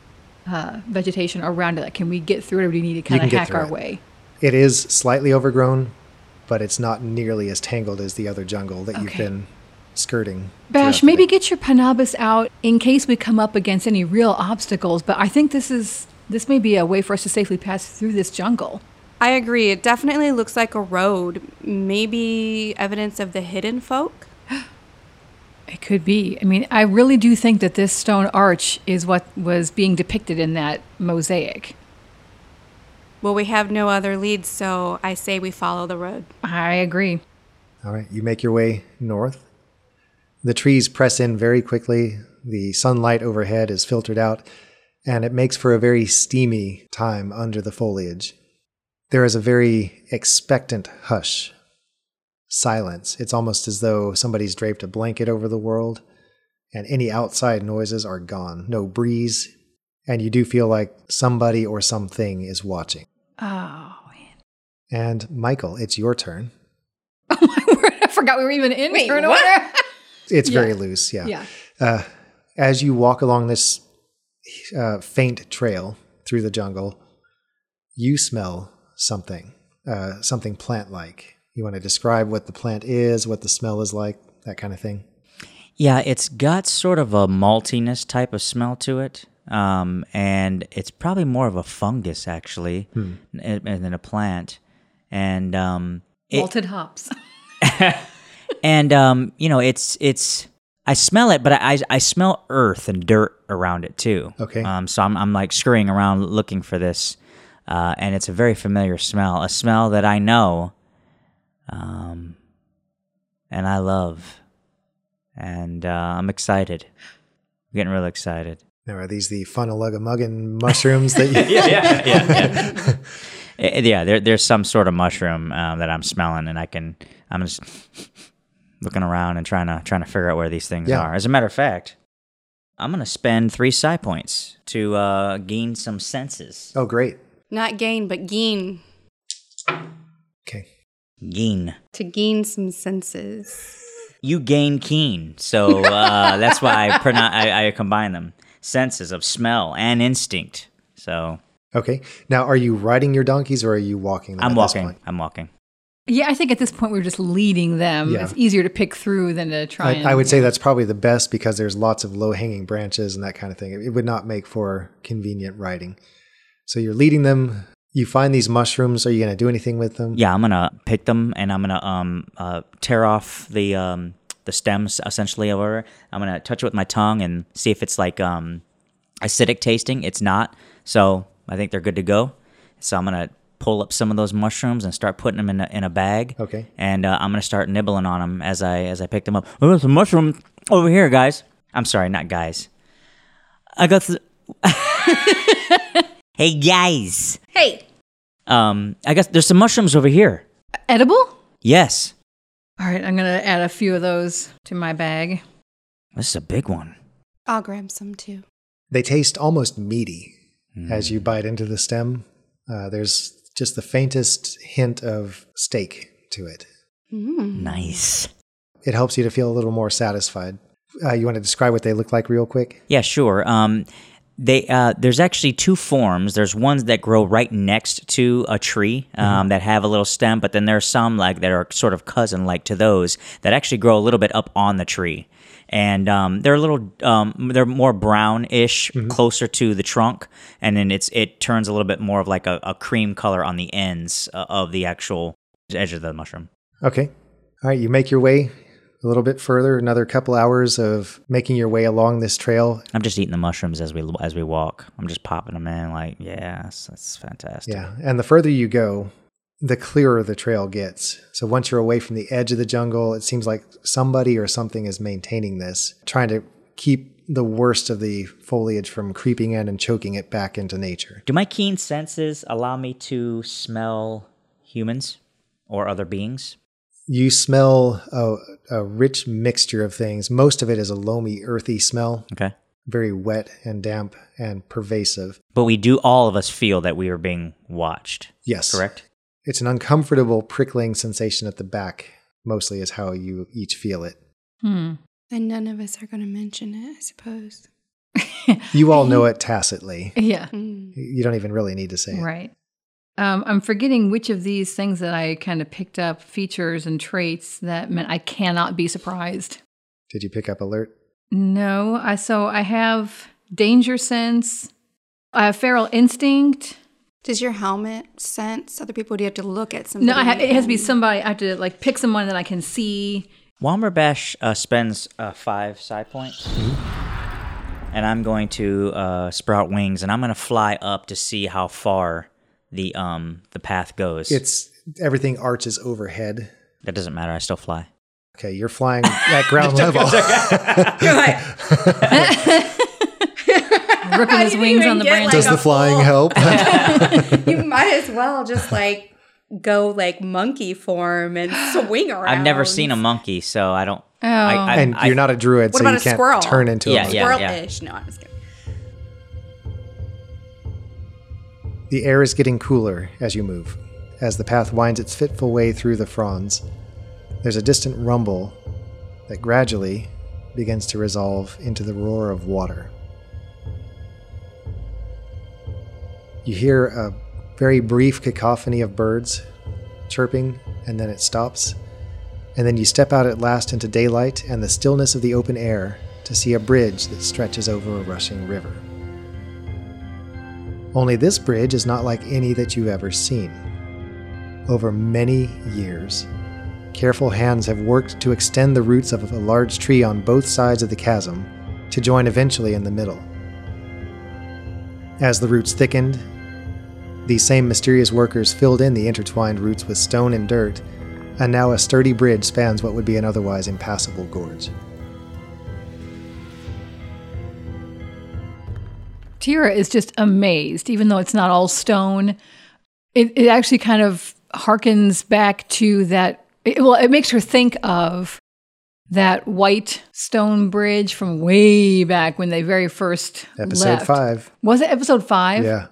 Speaker 1: uh, vegetation around it? Like, can we get through it, or do we need to kind
Speaker 6: can
Speaker 1: of
Speaker 6: get
Speaker 1: hack
Speaker 6: through
Speaker 1: our
Speaker 6: it.
Speaker 1: way?
Speaker 6: It is slightly overgrown, but it's not nearly as tangled as the other jungle that you've
Speaker 1: Okay.
Speaker 6: been skirting.
Speaker 1: Bash,
Speaker 6: throughout the
Speaker 1: maybe
Speaker 6: day.
Speaker 1: get your panabas out in case we come up against any real obstacles. But I think this is this may be a way for us to safely pass through this jungle.
Speaker 4: I agree. It definitely looks like a road. Maybe evidence of the hidden folk.
Speaker 1: It could be. I mean, I really do think that this stone arch is what was being depicted in that mosaic.
Speaker 4: Well, we have no other leads, so I say we follow the road.
Speaker 1: I agree.
Speaker 6: All right, you make your way north. The trees press in very quickly. The sunlight overhead is filtered out, and it makes for a very steamy time under the foliage. There is a very expectant hush, silence. It's almost as though somebody's draped a blanket over the world, and any outside noises are gone. No breeze, and you do feel like somebody or something is watching.
Speaker 1: Oh,
Speaker 6: And Michael, it's your turn.
Speaker 1: I forgot we were even in turn order.
Speaker 6: It's very loose,
Speaker 1: Yeah.
Speaker 6: uh, as you walk along this uh, faint trail through the jungle, you smell something, uh, something plant like. You want to describe what the plant is, what the smell is like, that kind of thing.
Speaker 5: Yeah, it's got sort of a maltiness type of smell to it. Um, and it's probably more of a fungus, actually, n- n- than a plant. And um, it,
Speaker 1: Malted hops.
Speaker 5: and um, you know, it's it's. I smell it, but I, I I smell earth and dirt around it too.
Speaker 6: Okay.
Speaker 5: Um, so I'm I'm like scurrying around looking for this, uh, and it's a very familiar smell, a smell that I know, um, and I love, and uh, I'm excited. I'm getting real excited.
Speaker 6: Now, are these the funneluggamuggin mushrooms that you?
Speaker 5: yeah, yeah, yeah. yeah. Eh, yeah, there, there's some sort of mushroom um, that I'm smelling, and I can. I'm just looking around and trying to trying to figure out where these things
Speaker 6: Yeah.
Speaker 5: are. As a matter of fact, I'm gonna spend three psi points to uh, gain some senses.
Speaker 6: Oh, great.
Speaker 4: Not gain, but gain.
Speaker 6: Okay.
Speaker 5: Gain.
Speaker 4: To gain some senses.
Speaker 5: You gain keen, so uh, that's why I, pronoun- I I combine them senses of smell and instinct. So
Speaker 6: Okay. Now, are you riding your donkeys or are you walking? Them
Speaker 5: I'm
Speaker 6: at This
Speaker 5: walking.
Speaker 6: point?
Speaker 5: I'm walking.
Speaker 1: yeah, I think at this point we're just leading them.
Speaker 6: Yeah.
Speaker 1: It's easier to pick through than to try. and,
Speaker 6: I, I would say that's probably the best because there's lots of low hanging branches and that kind of thing. It, it would not make for convenient riding. So you're leading them. You find these mushrooms. Are you going to do anything with them?
Speaker 5: Yeah, I'm gonna pick them and I'm gonna um uh, tear off the um the stems essentially or whatever. I'm gonna touch it with my tongue and see if it's like um acidic tasting. It's not, so I think they're good to go. So I'm gonna pull up some of those mushrooms and start putting them in a, in a bag.
Speaker 6: Okay.
Speaker 5: And uh, I'm gonna start nibbling on them as I as I pick them up. Oh, there's some mushroom over here, guys. I'm sorry, not guys. I got. The- hey guys.
Speaker 4: Hey,
Speaker 5: Um, I guess there's some mushrooms over here.
Speaker 1: edible.
Speaker 5: Yes.
Speaker 1: All right, I'm gonna add a few of those to my bag.
Speaker 5: This is a big one.
Speaker 4: I'll grab some too.
Speaker 6: They taste almost meaty as you bite into the stem. Uh, there's just the faintest hint of steak to it.
Speaker 4: Mm.
Speaker 5: Nice.
Speaker 6: It helps you to feel a little more satisfied. Uh, you want to describe what they look like real quick?
Speaker 5: Yeah, sure. Um, they uh, there's actually two forms. There's ones that grow right next to a tree um, that have a little stem, but then there are some like that are sort of cousin like to those that actually grow a little bit up on the tree, and um, they're a little um, they're more brownish, closer to the trunk, and then it's it turns a little bit more of like a, a cream color on the ends uh, of the actual edge of the mushroom.
Speaker 6: Okay. All right. You make your way a little bit further, another couple hours of making your way along this trail.
Speaker 5: I'm just eating the mushrooms as we as we walk. I'm just popping them in, like yeah, that's, that's fantastic.
Speaker 6: Yeah. And the further you go, the clearer the trail gets. So once you're away from the edge of the jungle, it seems like somebody or something is maintaining this, trying to keep the worst of the foliage from creeping in and choking it back into nature.
Speaker 5: Do my keen senses allow me to smell humans or other beings?
Speaker 6: You smell a, a rich mixture of things. Most of it is a loamy, earthy smell,
Speaker 5: Okay.
Speaker 6: very wet and damp and pervasive.
Speaker 5: But we do all of us feel that we are being watched,
Speaker 6: Yes.
Speaker 5: correct?
Speaker 6: It's an uncomfortable, prickling sensation at the back, mostly, is how you each feel it.
Speaker 1: Hmm.
Speaker 4: And none of us are going to mention it, I suppose.
Speaker 6: You all know it tacitly.
Speaker 1: Yeah.
Speaker 4: Mm.
Speaker 6: You don't even really need to say it.
Speaker 1: Right. Um, I'm forgetting which of these things that I kind of picked up features and traits that meant I cannot be surprised.
Speaker 6: Did you pick up alert?
Speaker 1: No, I so I have danger sense, I have feral instinct.
Speaker 4: Does your helmet sense other people? Do you have to look at somebody?
Speaker 1: No, I ha- it has to be
Speaker 4: and-
Speaker 1: somebody. I have to like pick someone that I can see.
Speaker 5: Walmer Bash uh, spends uh, five side points. Mm-hmm. And I'm going to uh, sprout wings and I'm going to fly up to see how far the um the path goes.
Speaker 6: It's everything arches overhead.
Speaker 5: that doesn't matter. I still fly.
Speaker 6: Okay, you're flying at ground level.
Speaker 1: Ripping his wings
Speaker 4: even
Speaker 1: on the
Speaker 4: get,
Speaker 1: branch.
Speaker 4: like,
Speaker 6: Does the flying help?
Speaker 4: you might as well just like go like monkey form and swing around.
Speaker 5: I've never seen a monkey, so I don't. Oh. I, I,
Speaker 6: and
Speaker 5: I-
Speaker 6: you're not a druid,
Speaker 4: What
Speaker 6: so
Speaker 4: about
Speaker 6: you
Speaker 4: a
Speaker 6: can't
Speaker 4: squirrel?
Speaker 6: turn into
Speaker 5: Yeah,
Speaker 6: a monkey.
Speaker 5: yeah.
Speaker 4: Squirrel-ish. No, I'm just kidding.
Speaker 6: The air is getting cooler as you move, as the path winds its fitful way through the fronds. There's a distant rumble that gradually begins to resolve into the roar of water. You hear a very brief cacophony of birds chirping, and then it stops. And then you step out at last into daylight and the stillness of the open air to see a bridge that stretches over a rushing river. Only this bridge is not like any that you've ever seen. Over many years, careful hands have worked to extend the roots of a large tree on both sides of the chasm to join eventually in the middle. As the roots thickened, these same mysterious workers filled in the intertwined roots with stone and dirt, and now a sturdy bridge spans what would be an otherwise impassable gorge.
Speaker 1: Tira is just amazed, even though it's not all stone. It, it actually kind of harkens back to that. It, well, it makes her think of that white stone bridge from way back when they very first
Speaker 6: Episode
Speaker 1: left.
Speaker 6: five.
Speaker 1: Was it episode five?
Speaker 6: Yeah.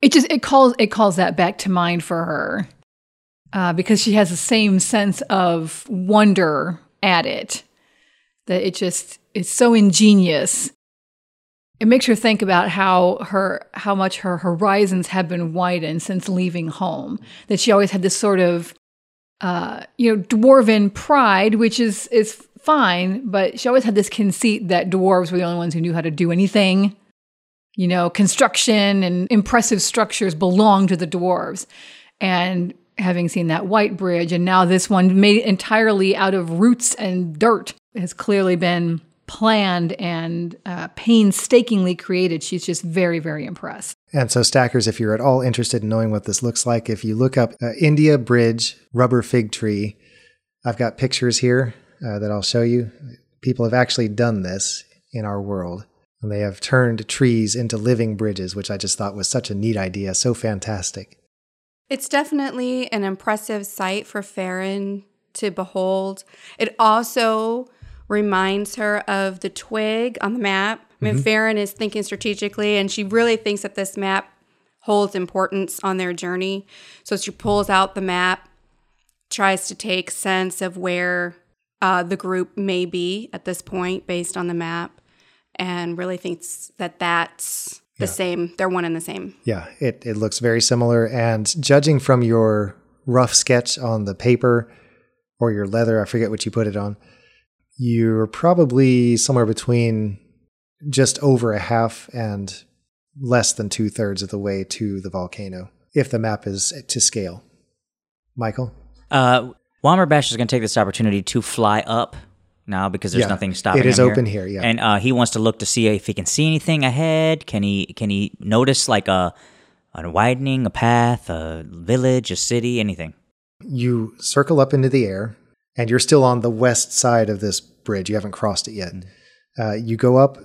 Speaker 1: It just it calls it calls that back to mind for her, uh, because she has the same sense of wonder at it. That it just it's so ingenious. It makes her think about how her how much her horizons have been widened since leaving home. That she always had this sort of uh, you know dwarven pride, which is is fine, but she always had this conceit that dwarves were the only ones who knew how to do anything you know, construction and impressive structures belong to the dwarves. And having seen that white bridge and now this one made entirely out of roots and dirt has clearly been planned and uh, painstakingly created. She's just very, very impressed.
Speaker 6: And so, stackers, if you're at all interested in knowing what this looks like, if you look up uh, India Bridge rubber fig tree, I've got pictures here uh, that I'll show you. People have actually done this in our world, and they have turned trees into living bridges, which I just thought was such a neat idea, so fantastic.
Speaker 4: It's definitely an impressive sight for Farron to behold. It also reminds her of the twig on the map. I mean, Farron is thinking strategically, and she really thinks that this map holds importance on their journey. So she pulls out the map, tries to take sense of where uh, the group may be at this point based on the map, and really thinks that that's the same. They're one and the same.
Speaker 6: Yeah, it, it looks very similar. And judging from your rough sketch on the paper or your leather, I forget what you put it on, you're probably somewhere between just over a half and less than two thirds of the way to the volcano, if the map is to scale. Michael?
Speaker 5: Uh, Walmer Bash is going to take this opportunity to fly up now because there's
Speaker 6: Yeah.
Speaker 5: nothing stopping.
Speaker 6: It is
Speaker 5: him
Speaker 6: open here, yeah.
Speaker 5: and uh, he wants to look to see if he can see anything ahead. Can he? Can he notice like a a widening, a path, a village, a city, anything?
Speaker 6: you circle up into the air and you're still on the west side of this bridge you haven't crossed it yet uh, you go up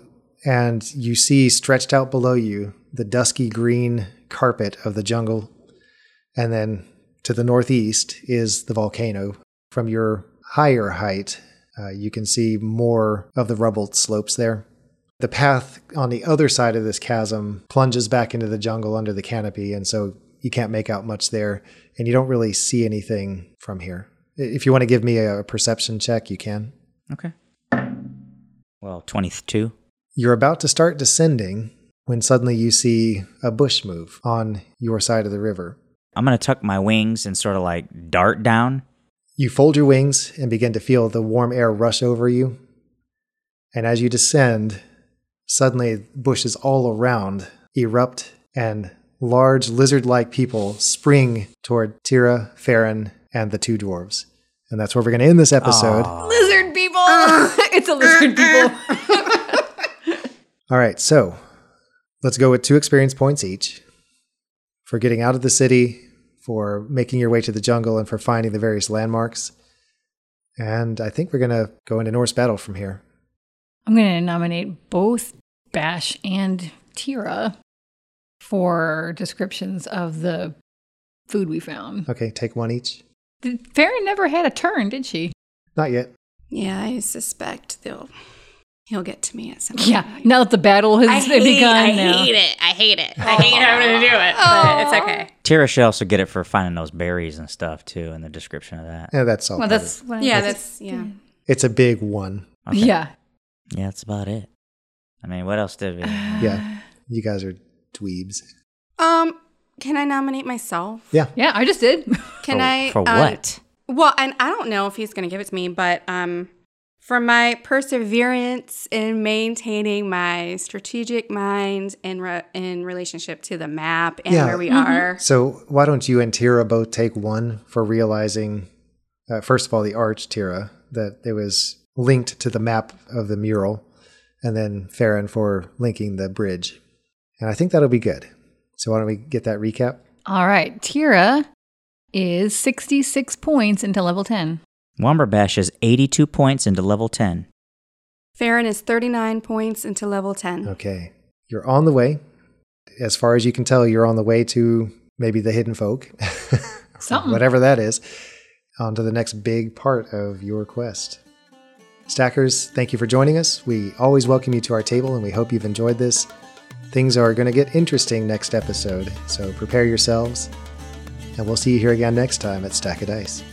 Speaker 6: and you see stretched out below you the dusky green carpet of the jungle and then to the northeast is the volcano from your higher height uh, you can see more of the rubbled slopes there the path on the other side of this chasm plunges back into the jungle under the canopy, and so you can't make out much there, and you don't really see anything from here. I- If you want to give me a perception check, you can.
Speaker 5: Okay. Well, twenty two.
Speaker 6: You're about to start descending when suddenly you see a bush move on your side of the river.
Speaker 5: I'm going to tuck my wings and sort of like dart down.
Speaker 6: You fold your wings and begin to feel the warm air rush over you. And as you descend, suddenly bushes all around erupt and large lizard like people spring toward Tira, Farron, and the two dwarves. And that's where we're going to end this episode.
Speaker 1: Lizard people! it's a lizard people.
Speaker 6: All right, so let's go with two experience points each for getting out of the city, for making your way to the jungle, and for finding the various landmarks. And I think we're going to go into Norse battle from here.
Speaker 1: I'm going to nominate both Bash and Tira for descriptions of the food we found.
Speaker 6: Okay, take one each.
Speaker 1: Did, Farron never had a turn, did she?
Speaker 6: Not yet.
Speaker 4: Yeah, I suspect they'll he'll get to me at some point.
Speaker 1: Yeah. Now that the battle has begun, now.
Speaker 4: it. I hate it. I hate having to do it, but it's okay.
Speaker 5: Tira should also get it for finding those berries and stuff too in the description of that.
Speaker 6: Yeah, that's all.
Speaker 1: Well,
Speaker 6: covered.
Speaker 1: that's what I-
Speaker 4: Yeah, that's yeah.
Speaker 6: it's a big one.
Speaker 5: Okay.
Speaker 1: yeah.
Speaker 5: Yeah, that's about it. I mean, what else did we?
Speaker 6: Yeah, you guys are dweebs.
Speaker 4: Um, Can I nominate myself?
Speaker 6: Yeah.
Speaker 1: Yeah, I just did.
Speaker 4: Can
Speaker 5: For-
Speaker 4: I
Speaker 5: for
Speaker 4: um,
Speaker 5: what?
Speaker 4: Well, and I don't know if he's going to give it to me, but um, for my perseverance in maintaining my strategic mind in re- in relationship to the map and
Speaker 6: Yeah.
Speaker 4: where we
Speaker 5: Mm-hmm.
Speaker 4: are.
Speaker 6: So why don't you and Tira both take one for realizing, uh, first of all, the arch Tira that it was linked to the map of the mural, and then Farron for linking the bridge, and I think that'll be good. So why don't we get that recap?
Speaker 1: All right, Tira is 66 points into level 10.
Speaker 5: Womberbash is 82 points into level 10.
Speaker 4: Farron is 39 points into level 10.
Speaker 6: Okay, you're on the way. As far as you can tell, you're on the way to maybe the hidden folk,
Speaker 1: Something.
Speaker 6: whatever that is, on to the next big part of your quest. Stackers, thank you for joining us. We always welcome you to our table and we hope you've enjoyed this. Things are going to get interesting next episode, so prepare yourselves. And we'll see you here again next time at Stack of Dice.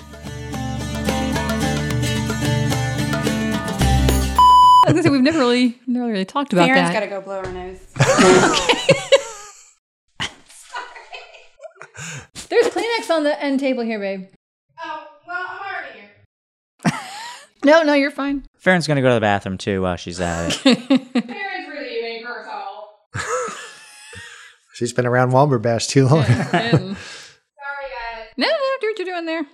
Speaker 1: I was gonna say we've never really, never really talked about
Speaker 4: Farron's
Speaker 1: that.
Speaker 4: got to go blow her nose.
Speaker 1: There's Kleenex on the end table here, babe.
Speaker 4: Oh, well, I'm already here.
Speaker 1: No, no, you're fine.
Speaker 5: Farron's going to go to the bathroom too while she's at it.
Speaker 4: Farron's relieving herself.
Speaker 6: She's been around Womberbash too long.
Speaker 1: no, no,
Speaker 4: Sorry, guys.
Speaker 1: no, do what you're doing there.